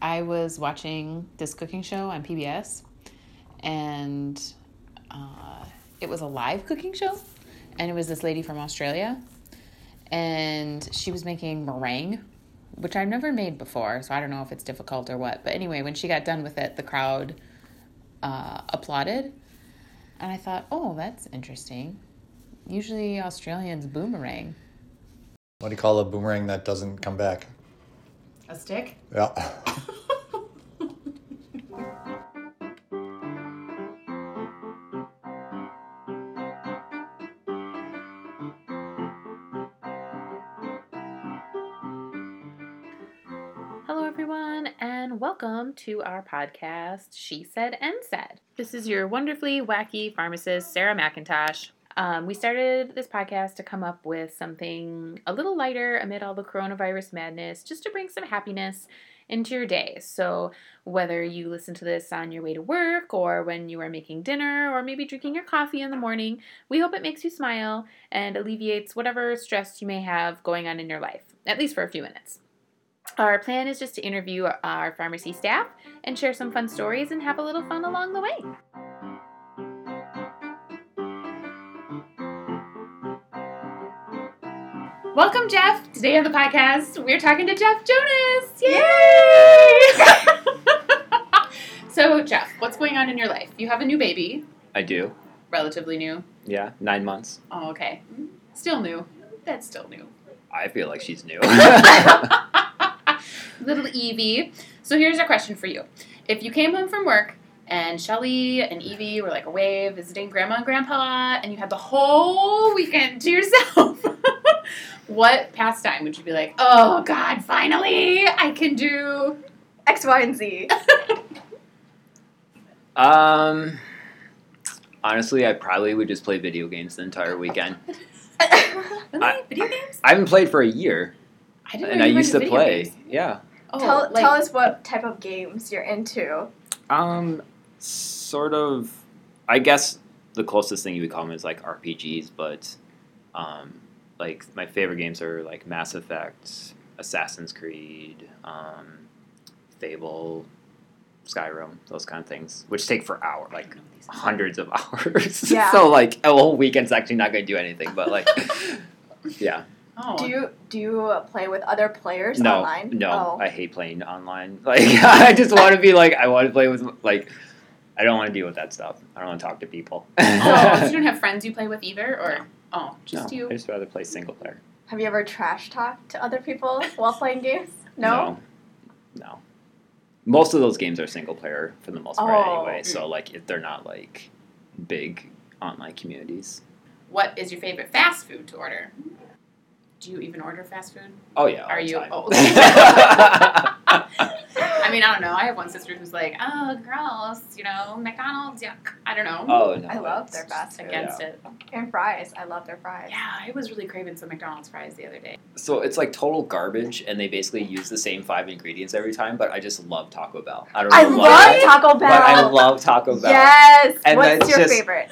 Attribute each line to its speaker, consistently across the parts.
Speaker 1: I was watching this cooking show on PBS, and uh, it was a live cooking show, and it was this lady from Australia, and she was making meringue, which I've never made before, so I don't know if it's difficult or what. But anyway, when she got done with it, the crowd uh, applauded, and I thought, oh, that's interesting. Usually Australians boomerang.
Speaker 2: What do you call a boomerang that doesn't come back?
Speaker 1: A stick?
Speaker 2: Yeah.
Speaker 1: Hello, everyone, and welcome to our podcast, She Said and Said. This is your wonderfully wacky pharmacist, Sarah McIntosh. Um, we started this podcast to come up with something a little lighter amid all the coronavirus madness, just to bring some happiness into your day. So, whether you listen to this on your way to work, or when you are making dinner, or maybe drinking your coffee in the morning, we hope it makes you smile and alleviates whatever stress you may have going on in your life, at least for a few minutes. Our plan is just to interview our pharmacy staff and share some fun stories and have a little fun along the way. Welcome, Jeff. Today on the podcast, we're talking to Jeff Jonas. Yay! so, Jeff, what's going on in your life? You have a new baby,
Speaker 3: I do.
Speaker 1: relatively new.
Speaker 3: Yeah, nine months.
Speaker 1: Oh, okay. Still new. That's still new.
Speaker 3: I feel like she's new.
Speaker 1: Little Evie. So here's our question for you. If you came home from work and Shelly and Evie were like away visiting grandma and grandpa and you had the whole weekend to yourself, what pastime would you be like, oh God, finally I can do
Speaker 4: X, Y, and Z.
Speaker 3: um, honestly, I probably would just play video games the entire weekend.
Speaker 4: Oh,
Speaker 3: I-
Speaker 1: video games?
Speaker 3: I haven't played for a year,
Speaker 1: I didn't
Speaker 3: and
Speaker 1: know
Speaker 3: I
Speaker 1: you were
Speaker 3: used
Speaker 1: into
Speaker 3: to
Speaker 1: video
Speaker 3: play.
Speaker 1: games.
Speaker 3: Yeah.
Speaker 1: Oh,
Speaker 4: tell,
Speaker 1: like,
Speaker 4: tell us what type of games you're into.
Speaker 3: Um, sort of. I guess the closest thing you would call them is like RPGs, but um, like my favorite games are like Mass Effect, Assassin's Creed, um, Fable, Skyrim, those kind of things, which take for hour,
Speaker 1: I
Speaker 3: like
Speaker 1: don't know these.
Speaker 3: hundreds of hours.
Speaker 4: Yeah.
Speaker 3: so like a whole weekend's actually not going to do anything, but like, yeah.
Speaker 1: Oh.
Speaker 4: Do you do you play with other players
Speaker 3: no,
Speaker 4: online?
Speaker 3: no,
Speaker 4: Oh.
Speaker 3: I hate playing online. Like I just want to be like I want to play with like I don't want to deal with that stuff. I don't want to talk to people.
Speaker 1: oh, so you
Speaker 3: no,
Speaker 1: don't have friends you play with either, or oh, just you.
Speaker 3: I just rather play single player.
Speaker 4: Have you ever trash talked to other people while playing games? No.
Speaker 3: no, No. Most of those games are single player for the most part,
Speaker 4: Oh.
Speaker 3: anyway. So like if they're not like big online communities.
Speaker 1: What is your favorite fast food to order? Do you even order fast food?
Speaker 3: Oh yeah. all
Speaker 1: Are
Speaker 3: the
Speaker 1: you
Speaker 3: time.
Speaker 1: old? I mean, I don't know. I have one sister who's like, oh, gross, you know, McDonald's, yuck. I don't know.
Speaker 3: oh no.
Speaker 4: I love
Speaker 3: it's-
Speaker 4: their fast food
Speaker 1: Against it.
Speaker 4: and fries. I love their fries.
Speaker 1: Yeah, I was really craving some McDonald's fries the other day.
Speaker 3: So it's like total garbage, and they basically use the same five ingredients every time. But I just love Taco Bell. I don't know
Speaker 4: I
Speaker 3: why.
Speaker 4: love Taco Bell.
Speaker 3: But I love Taco Bell.
Speaker 4: Yes.
Speaker 3: And
Speaker 4: What's
Speaker 3: that's
Speaker 4: your
Speaker 3: just-
Speaker 4: favorite?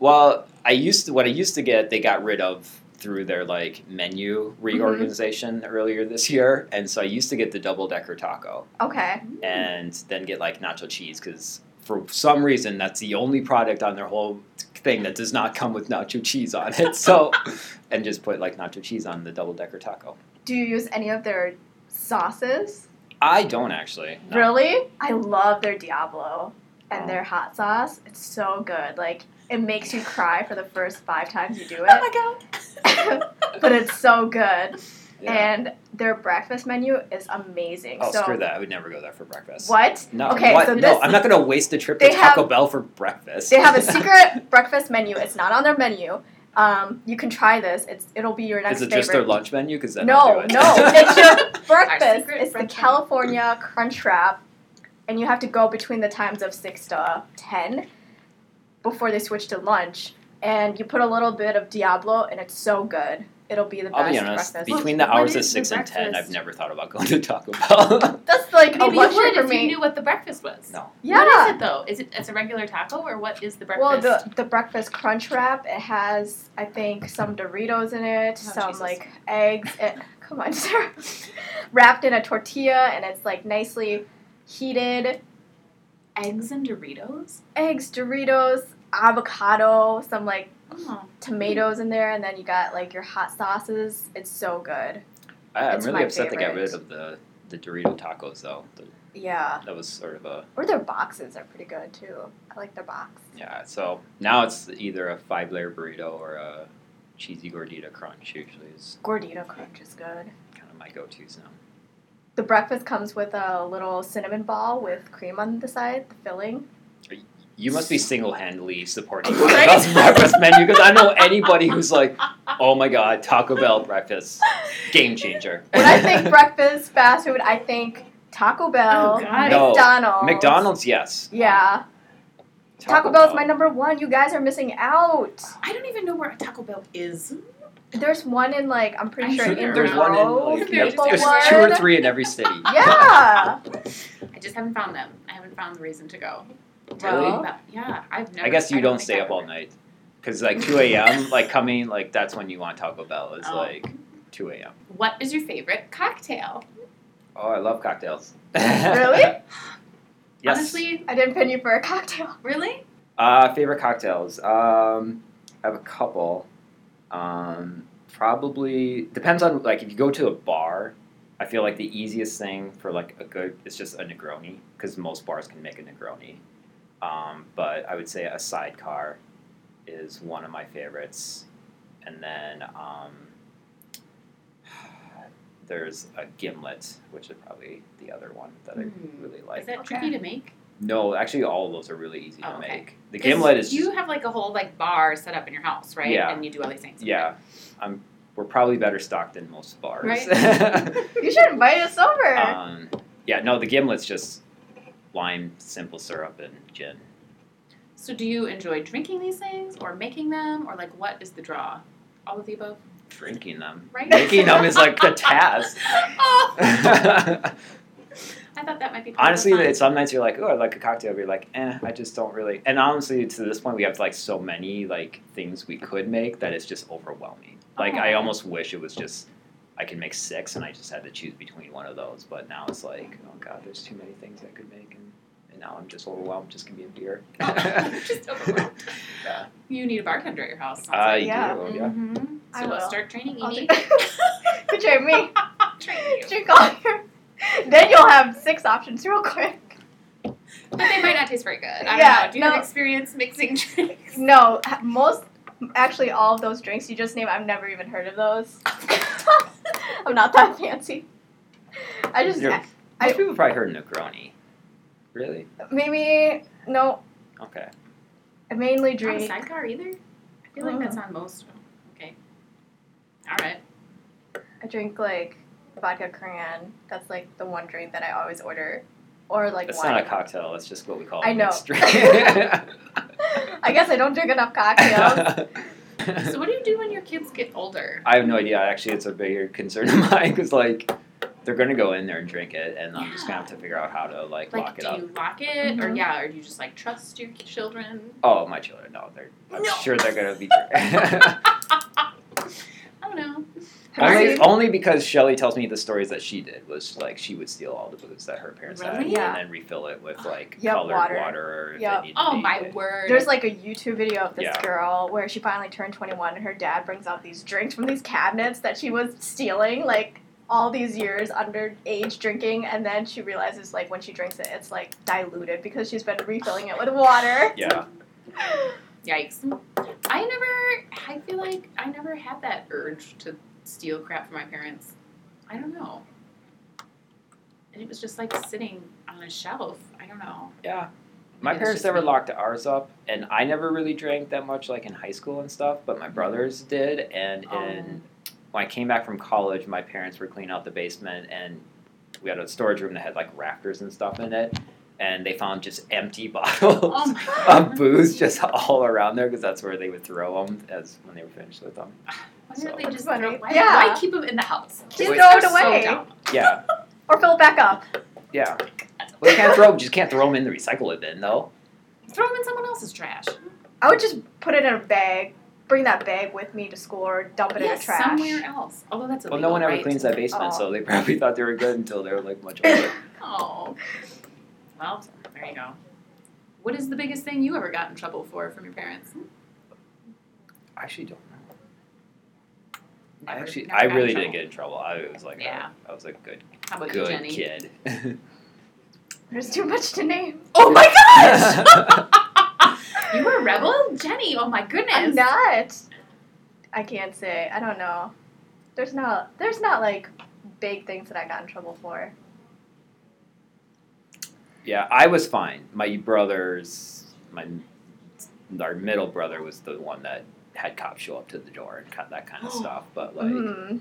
Speaker 3: Well, I used to what I used to get, they got rid of through their like menu
Speaker 4: Mm-hmm.
Speaker 3: reorganization earlier this year, and so I used to get the double decker taco
Speaker 4: Okay.
Speaker 3: and then get like nacho cheese because for some reason that's the only product on their whole thing that does not come with nacho cheese on it. So, and just put like nacho cheese on the double decker taco.
Speaker 4: Do you use any of their sauces?
Speaker 3: I don't actually. no.
Speaker 4: Really? I love their Diablo and
Speaker 3: Oh.
Speaker 4: their hot sauce. It's so good. Like it makes you cry for the first five times you do
Speaker 1: Oh
Speaker 4: it.
Speaker 1: my god.
Speaker 4: but it's so good.
Speaker 3: Yeah.
Speaker 4: And their breakfast menu is amazing.
Speaker 3: Oh,
Speaker 4: so
Speaker 3: screw that! I would never go there for breakfast.
Speaker 4: what?
Speaker 3: No,
Speaker 4: Okay,
Speaker 3: what?
Speaker 4: so
Speaker 3: no,
Speaker 4: this-
Speaker 3: I'm not gonna waste the trip
Speaker 4: They
Speaker 3: to Taco
Speaker 4: have-
Speaker 3: Bell for breakfast.
Speaker 4: They have a secret breakfast menu. It's not on their menu. Um, you can try this. It's it'll be your next
Speaker 3: Is it
Speaker 4: favorite.
Speaker 3: just their lunch menu? Because then
Speaker 4: no,
Speaker 3: I'll do it.
Speaker 4: no, it's your
Speaker 1: Our
Speaker 4: breakfast.
Speaker 1: secret
Speaker 4: It's the
Speaker 1: breakfast.
Speaker 4: California Crunch Wrap, and you have to go between the times of six to ten before they switch to lunch. And you put a little bit of Diablo, and it's so good. It'll be the best
Speaker 3: I'll be honest.
Speaker 4: breakfast.
Speaker 3: Between
Speaker 1: Well,
Speaker 3: the
Speaker 1: what
Speaker 3: hours of
Speaker 1: is the
Speaker 3: six and ten, I've
Speaker 1: breakfast?
Speaker 3: never thought about going to Taco Bell.
Speaker 4: That's like
Speaker 1: Maybe
Speaker 4: a
Speaker 1: you
Speaker 4: luxury
Speaker 1: would
Speaker 4: for
Speaker 1: if
Speaker 4: me.
Speaker 1: you knew what the breakfast was.
Speaker 3: no.
Speaker 4: yeah.
Speaker 1: What is it though? Is it it's a regular taco or what is the
Speaker 4: Well,
Speaker 1: breakfast?
Speaker 4: the the breakfast crunch wrap it has I think some Doritos in it,
Speaker 1: Oh,
Speaker 4: some
Speaker 1: Jesus.
Speaker 4: like eh, eggs. It, come on, Sarah. Wrapped in a tortilla, and it's like nicely heated
Speaker 1: Eggs and Doritos?
Speaker 4: eggs, Doritos, avocado, some like
Speaker 1: Oh.
Speaker 4: tomatoes in there, and then you got like your hot sauces. It's so good.
Speaker 3: I, I'm
Speaker 4: It's
Speaker 3: really
Speaker 4: my
Speaker 3: upset they got rid
Speaker 4: favorite.
Speaker 3: of the, the Dorito tacos though. The-
Speaker 4: Yeah.
Speaker 3: that was sort of a
Speaker 4: Or their boxes are pretty good too. I like their box.
Speaker 3: yeah. So now it's either a five layer burrito or a cheesy gordita crunch. Usually is
Speaker 4: Gordita crunch is good.
Speaker 3: kind of my go tos now.
Speaker 4: The breakfast comes with a little cinnamon ball with cream on the side, the filling.
Speaker 3: You must be single handedly supporting Taco
Speaker 4: Right?
Speaker 3: Bell's breakfast menu because I know anybody who's like, oh my god, Taco Bell breakfast game changer.
Speaker 4: When I think breakfast fast food, I think Taco Bell,
Speaker 1: Oh, God.
Speaker 3: No.
Speaker 4: McDonald's.
Speaker 3: McDonald's, yes.
Speaker 4: Yeah. Taco, Bell is my number one. You guys are missing out.
Speaker 1: I don't even know where a Taco Bell is.
Speaker 4: There's one in like I'm pretty
Speaker 1: I'm
Speaker 4: sure
Speaker 1: sure
Speaker 4: in
Speaker 3: There's one in like
Speaker 1: They're
Speaker 3: yeah,
Speaker 1: just
Speaker 3: there's
Speaker 1: everywhere.
Speaker 3: two or three in every city.
Speaker 4: Yeah.
Speaker 1: I just haven't found them. I haven't found the reason to go.
Speaker 3: Really?
Speaker 1: Taco Bell. Yeah, I've never.
Speaker 3: I guess you
Speaker 1: don't
Speaker 3: don't,
Speaker 1: think
Speaker 3: stay
Speaker 1: I've
Speaker 3: up all
Speaker 1: ever-
Speaker 3: night because like 2 a.m. like coming like that's when you want Taco Bell is
Speaker 1: Oh.
Speaker 3: like 2 a.m.
Speaker 1: What is your favorite cocktail?
Speaker 3: Oh, I love cocktails.
Speaker 4: really?
Speaker 3: Yes.
Speaker 1: Honestly,
Speaker 4: I didn't pin you for a cocktail.
Speaker 1: really?
Speaker 3: Uh, favorite cocktails. Um, I have a couple. Um, probably depends on like if you go to a bar. I feel like the easiest thing for like a good it's just a Negroni because most bars can make a Negroni. Um, but I would say a sidecar is one of my favorites, and then um, there's a gimlet, which is probably the other one that I
Speaker 1: Hmm.
Speaker 3: really like.
Speaker 1: Is that
Speaker 4: Okay.
Speaker 1: tricky to make?
Speaker 3: No, actually, all of those are really easy
Speaker 1: Oh,
Speaker 3: to
Speaker 1: okay.
Speaker 3: make. The
Speaker 1: 'Cause
Speaker 3: gimlet is
Speaker 1: You have like a whole like bar set up in your house, right?
Speaker 3: Yeah.
Speaker 1: And you do all these things.
Speaker 3: yeah. I'm we're probably better stocked than most bars.
Speaker 4: You should invite us over.
Speaker 3: um, yeah, no, the gimlet's just lime, simple syrup, and gin.
Speaker 1: So do you enjoy drinking these things or making them or like what is the draw? All of the above,
Speaker 3: Drinking them,
Speaker 1: right?
Speaker 3: making them is like the task.
Speaker 1: oh, I thought that might be part
Speaker 3: honestly,
Speaker 1: Of the fun.
Speaker 3: some nights you're like, oh, I like a cocktail. But you're like, eh, I just don't really. And honestly, to this point, we have like so many like things we could make that it's just overwhelming. Like I
Speaker 1: Oh.
Speaker 3: almost wish it was just I could make six, and I just had to choose between one of those. But now it's like, oh god, there's too many things I could make, and, and now I'm just overwhelmed. Just give me a beer.
Speaker 1: Oh, just overwhelmed.
Speaker 3: Yeah.
Speaker 1: You need a bartender at your house. sounds
Speaker 3: I
Speaker 1: like.
Speaker 4: Yeah.
Speaker 3: do. Yeah.
Speaker 1: Mm-hmm. So
Speaker 4: I will.
Speaker 1: start training
Speaker 4: I'll
Speaker 1: Edie.
Speaker 4: drink- Good job, me.
Speaker 1: Train you.
Speaker 4: Drink all your. Then you'll have six options real quick.
Speaker 1: But they might not taste very good. I
Speaker 4: Yeah,
Speaker 1: don't know. Do you
Speaker 4: no.
Speaker 1: have experience mixing drinks?
Speaker 4: No, ha- most actually all of those drinks you just named, I've never even heard of those. I'm not that fancy. I just
Speaker 3: You're-
Speaker 4: I-
Speaker 3: Most people probably heard Negroni. Really?
Speaker 4: maybe no.
Speaker 3: Okay.
Speaker 4: I mainly
Speaker 1: Not a
Speaker 4: drink.
Speaker 1: sidecar either? I feel like
Speaker 4: Oh.
Speaker 1: that's on most. Okay. All right.
Speaker 4: I drink like vodka cran. That's like the one drink that I always order, or like
Speaker 3: That's
Speaker 4: wine.
Speaker 3: not a cocktail. That's just what we call
Speaker 4: I
Speaker 3: a
Speaker 4: know.
Speaker 3: mixed
Speaker 4: I guess I don't drink enough cocktails.
Speaker 3: drink.
Speaker 1: So what do you do when your kids get older?
Speaker 3: I have no idea. Actually, it's a bigger concern of mine because like they're gonna go in there and drink it, and I'm just gonna have to figure out how to like,
Speaker 1: Like,
Speaker 3: lock it
Speaker 1: do
Speaker 3: up.
Speaker 1: you lock it, or
Speaker 4: Mhm.
Speaker 1: yeah, or do you just like trust your children?
Speaker 3: Oh, my children, no, they're. I'm
Speaker 1: No.
Speaker 3: sure they're gonna be. dr-
Speaker 1: I don't know.
Speaker 4: Have
Speaker 1: Are
Speaker 3: only,
Speaker 4: you-
Speaker 1: you-
Speaker 3: only because Shelly tells me the stories that she did was like she would steal all the booze that her parents had
Speaker 1: Really?
Speaker 4: Yeah.
Speaker 3: and then refill it with like
Speaker 4: Yep,
Speaker 3: colored
Speaker 4: water.
Speaker 3: water. if they
Speaker 4: Yep.
Speaker 3: needed
Speaker 1: Oh
Speaker 3: to
Speaker 1: my
Speaker 3: eat
Speaker 1: word.
Speaker 4: There's like a YouTube video of this
Speaker 3: Yeah.
Speaker 4: girl where she finally turned 21 and her dad brings out these drinks from these cabinets that she was stealing like all these years underage drinking and then she realizes like when she drinks it it's like diluted because she's been refilling it with water.
Speaker 3: it. Yeah.
Speaker 1: Yikes. I never, I feel like I never had that urge to steal crap from my parents. I don't know. And it was just like sitting on a shelf. I don't know.
Speaker 3: Yeah. My
Speaker 1: It's
Speaker 3: parents
Speaker 1: just
Speaker 3: never
Speaker 1: me.
Speaker 3: locked ours up, and I never really drank that much, like in high school and stuff. But
Speaker 1: Mm-hmm.
Speaker 3: my brothers did, and
Speaker 1: Oh.
Speaker 3: in when I came back from college, my parents were cleaning out the basement, and we had a storage room that had like rafters and stuff in it, and they found just empty bottles
Speaker 1: Oh my
Speaker 3: of
Speaker 1: god.
Speaker 3: booze just all around there because that's where they would throw them as when they were finished with them.
Speaker 1: Why didn't
Speaker 3: so-
Speaker 1: they just
Speaker 4: That's
Speaker 1: throw,
Speaker 4: funny.
Speaker 1: why,
Speaker 4: Yeah.
Speaker 1: why keep them in the house?
Speaker 4: Just
Speaker 3: Wait.
Speaker 4: throw it
Speaker 1: They're so
Speaker 4: away
Speaker 1: dumb.
Speaker 3: Yeah,
Speaker 4: or fill it back up.
Speaker 3: yeah. Well, you can't throw just can't throw them in the recycle bin though.
Speaker 1: Throw them in someone else's trash.
Speaker 4: I would just put it in a bag, bring that bag with me to school or dump it in
Speaker 1: Yes,
Speaker 4: the trash.
Speaker 1: somewhere else. Although that's illegal,
Speaker 3: Well, no one ever
Speaker 1: right?
Speaker 3: cleans that basement,
Speaker 4: Oh.
Speaker 3: so they probably thought they were good until they were like much older.
Speaker 1: Oh. Well, there you go. What is the biggest thing you ever got in trouble for from your parents?
Speaker 3: I actually don't know. I
Speaker 1: Never-
Speaker 3: actually,
Speaker 1: never
Speaker 3: I
Speaker 1: got in
Speaker 3: really
Speaker 1: trouble.
Speaker 3: didn't get in trouble. I was like, a-
Speaker 1: Yeah.
Speaker 3: I was a good,
Speaker 1: How about you,
Speaker 3: good
Speaker 1: Jenny?
Speaker 3: kid.
Speaker 4: There's too much to name.
Speaker 1: Oh my gosh! you were a rebel, Jenny. Oh my goodness.
Speaker 4: I'm not. I can't say. I don't know. There's not. There's not like big things that I got in trouble for.
Speaker 3: yeah, I was fine. My brothers, my our middle brother was the one that had cops show up to the door and cut that kind of stuff. But like,
Speaker 1: Mm-hmm.
Speaker 4: Mm,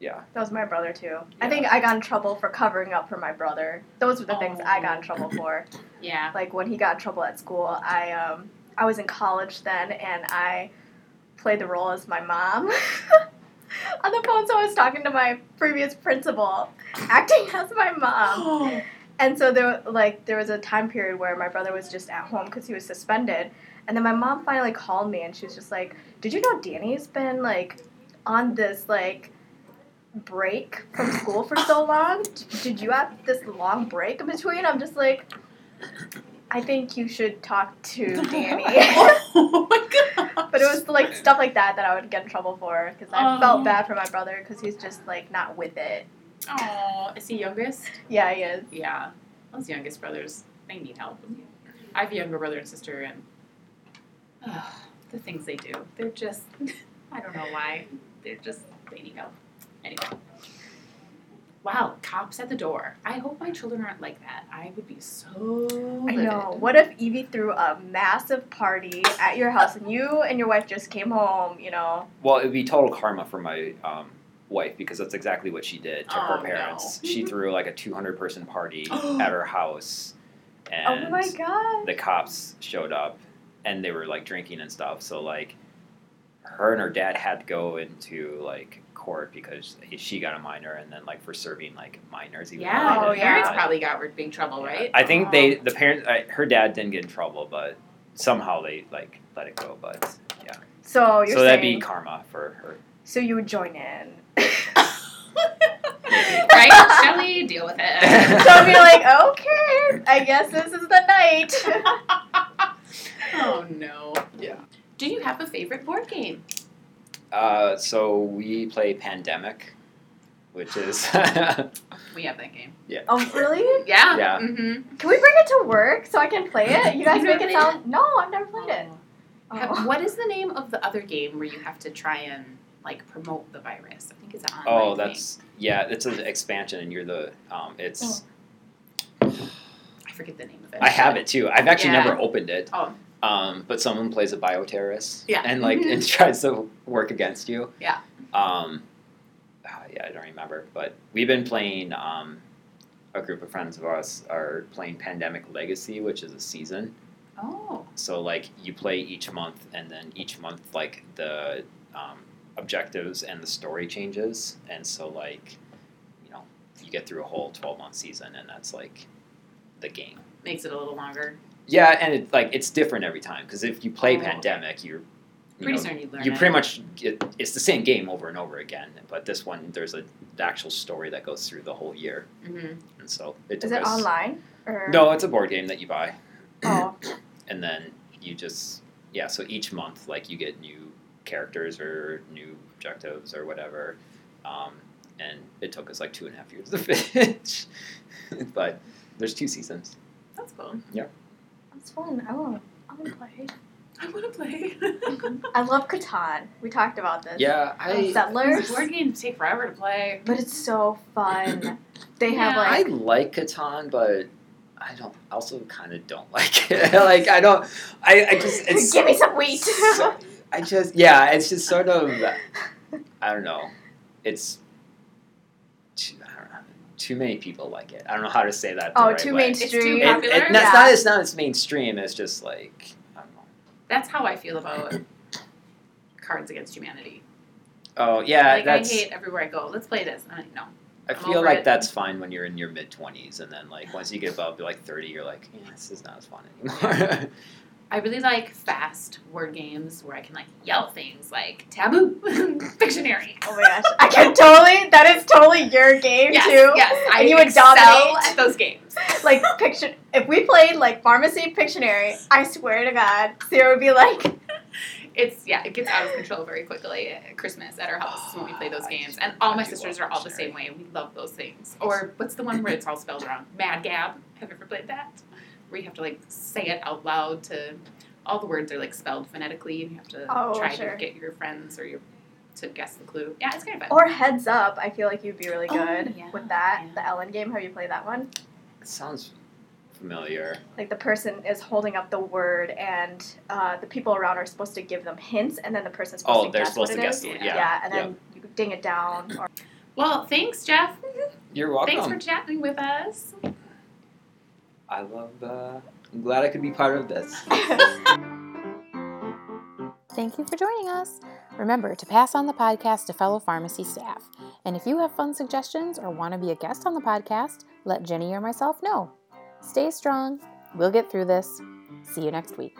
Speaker 3: yeah,
Speaker 4: that was my brother too. I think I got in trouble for covering up for my brother. Those were the things I got in trouble for.
Speaker 3: Oh.
Speaker 1: Yeah.
Speaker 4: like when he got in trouble at school i um i was in college then and i played the role as my mom on the phone so i was talking to my previous principal acting as my mom and so there like there was a time period where my brother was just at home because he was suspended and then my mom finally called me and she was just like did you know danny's been like on this like break from school for so long did you have this long break in between i'm just like I think you should talk to Danny.
Speaker 1: oh my god.
Speaker 4: but it was like stuff like that that I would get in trouble for because I
Speaker 1: Oh.
Speaker 4: felt bad for my brother because he's just like not with it.
Speaker 1: Oh, is he youngest?
Speaker 4: Yeah, he is.
Speaker 1: Yeah. Those youngest brothers, they need help. I have a younger brother and sister, and ugh, the things they do, they're just, I don't know why. They're just, they need help. Anyway. Wow, cops at the door. I hope my children aren't like that. I would be so.
Speaker 4: I
Speaker 1: livid.
Speaker 4: know. What if Evie threw a massive party at your house and you and your wife just came home? You know,
Speaker 3: Well, it would be total karma for my um, wife because that's exactly what she did to
Speaker 1: Oh,
Speaker 3: her parents.
Speaker 1: no.
Speaker 3: She threw like a 200 person party at her house, and
Speaker 4: oh my god.
Speaker 3: the cops showed up and they were like drinking and stuff. So, like, her and her dad had to go into like court because he- she got a minor and then like for serving like minors. even though
Speaker 1: Oh, Yeah,
Speaker 3: they
Speaker 1: the
Speaker 3: didn't
Speaker 1: parents
Speaker 3: have it.
Speaker 1: probably got big trouble, right?
Speaker 3: I think they, the parents, I, her dad didn't get in trouble, but somehow they like let it go. But yeah.
Speaker 1: Oh,
Speaker 4: So you're
Speaker 3: so that'd be
Speaker 4: saying
Speaker 3: karma for her.
Speaker 4: so you would join in.
Speaker 1: right? Shelly, deal with it. Oh,
Speaker 4: so I'd be like, okay, I guess this is the night.
Speaker 1: oh no.
Speaker 3: Yeah.
Speaker 1: Do you have a favorite board game?
Speaker 3: Uh, so we play Pandemic, which is
Speaker 1: We have that game.
Speaker 4: oh really?
Speaker 1: Yeah.
Speaker 3: Yeah.
Speaker 1: Mm-hmm.
Speaker 4: Can we bring it to work so I can play it? You guys
Speaker 1: You've
Speaker 4: make
Speaker 1: never
Speaker 4: it
Speaker 1: played
Speaker 4: sound. No, I've never played it.
Speaker 1: Have-
Speaker 4: Oh.
Speaker 1: what is the name of the other game where you have to try and like promote the virus? I think it's an online
Speaker 3: oh that's yeah it's an expansion and you're the
Speaker 1: Oh.
Speaker 3: um, it's
Speaker 1: thing. I forget the name of it.
Speaker 3: I have it too I've actually
Speaker 1: Yeah.
Speaker 3: never opened it
Speaker 1: Oh.
Speaker 3: um, but someone plays a bioterrorist
Speaker 1: Yeah. Mm-hmm.
Speaker 3: and like and tries to work against you
Speaker 1: Yeah.
Speaker 3: um, ah, yeah I don't remember but we've been playing um, a group of friends of ours are playing Pandemic Legacy which is a season
Speaker 1: Oh.
Speaker 3: So like you play each month, and then each month like the um, objectives and the story changes, and so like you know you get through a whole twelve month season, and that's like the game.
Speaker 1: Makes it a little longer.
Speaker 3: Yeah, and it like it's different every time because if you play
Speaker 1: Oh, okay.
Speaker 3: Pandemic, you're you
Speaker 1: Pretty
Speaker 3: know,
Speaker 1: soon you learn.
Speaker 3: you
Speaker 1: it.
Speaker 3: pretty much get, it's the same game over and over again, but this one there's a the actual story that goes through the whole year,
Speaker 1: Mhm.
Speaker 3: and so it
Speaker 4: Is
Speaker 3: took
Speaker 4: it
Speaker 3: us-
Speaker 4: online? Or...
Speaker 3: No, it's a board game that you buy
Speaker 4: Oh.
Speaker 3: and then you just yeah so each month like you get new characters or new objectives or whatever um, and it took us like two and a half years to finish but there's two seasons
Speaker 1: That's cool.
Speaker 4: That's fun. I want I want to play.
Speaker 1: I want to play.
Speaker 4: I love Catan. We talked about this.
Speaker 3: yeah i
Speaker 4: Settlers.
Speaker 1: These board games take forever to play.
Speaker 4: But it's so fun. They have
Speaker 1: Yeah.
Speaker 3: i
Speaker 4: like.
Speaker 3: like catan but i don't also kind of don't like it like i don't i, I just it's
Speaker 4: Give me some wheat.
Speaker 3: so- i just yeah it's just sort of i don't know it's too, I don't know, too many people like it i don't know how to say that the
Speaker 4: oh,
Speaker 3: right
Speaker 4: too
Speaker 3: way.
Speaker 1: too
Speaker 4: mainstream.
Speaker 1: It- popular?
Speaker 3: that's
Speaker 4: Yeah.
Speaker 3: not it's not its mainstream. It's just like I don't know.
Speaker 1: That's how I feel about Cards Against Humanity.
Speaker 3: Oh yeah,
Speaker 1: like
Speaker 3: that's.
Speaker 1: I hate everywhere I go. Let's play this. I'm like, no.
Speaker 3: I
Speaker 1: I'm
Speaker 3: feel
Speaker 1: over
Speaker 3: like
Speaker 1: it.
Speaker 3: that's fine when you're in your mid twenties, and then like once you get above like thirty, you're like, eh, this is not as fun anymore.
Speaker 1: I really like fast word games where I can like yell things like taboo, dictionary.
Speaker 4: Oh my gosh. I can totally, that is totally your game
Speaker 1: yes,
Speaker 4: too.
Speaker 1: yes, I
Speaker 4: And you would
Speaker 1: excel
Speaker 4: dominate.
Speaker 1: at those games.
Speaker 4: Like, picture, if we played like Pharmacy Pictionary, I swear to God, Sarah would be like,
Speaker 1: It's yeah, it gets out of control very quickly at Christmas at our house when we play
Speaker 4: Ah,
Speaker 1: those
Speaker 3: I
Speaker 1: games.
Speaker 3: do-
Speaker 1: And all
Speaker 3: I
Speaker 1: my
Speaker 3: do
Speaker 1: sisters
Speaker 3: love
Speaker 1: are all the same way. We love those things. Or what's the one where it's all spelled wrong? Mad Gab. Have you ever played that? Where you have to like say it out loud to all the words are like spelled phonetically and you have to
Speaker 4: Oh,
Speaker 1: try
Speaker 4: sure.
Speaker 1: to get your friends or your to guess the clue. Yeah, it's kind of fun.
Speaker 4: or Heads Up. I feel like you'd be really
Speaker 1: Oh,
Speaker 4: good
Speaker 1: yeah,
Speaker 4: with that.
Speaker 1: yeah.
Speaker 4: The Ellen game, have you played that one?
Speaker 3: It sounds familiar.
Speaker 4: like the person is holding up the word and uh, the people around are supposed to give them hints and then the person's supposed
Speaker 3: Oh,
Speaker 4: to
Speaker 3: they're
Speaker 4: guess
Speaker 3: supposed to
Speaker 4: what it
Speaker 3: guess.
Speaker 4: is.
Speaker 3: the-
Speaker 1: is?
Speaker 3: Yeah.
Speaker 4: and then you ding it down or
Speaker 1: well, thanks, Jeff.
Speaker 3: You're welcome.
Speaker 1: Thanks for chatting with us.
Speaker 3: I love. Uh, I'm glad I could be part of this.
Speaker 5: Thank you for joining us. Remember to pass on the podcast to fellow pharmacy staff. And if you have fun suggestions or want to be a guest on the podcast, let Jenny or myself know. Stay strong. We'll get through this. See you next week.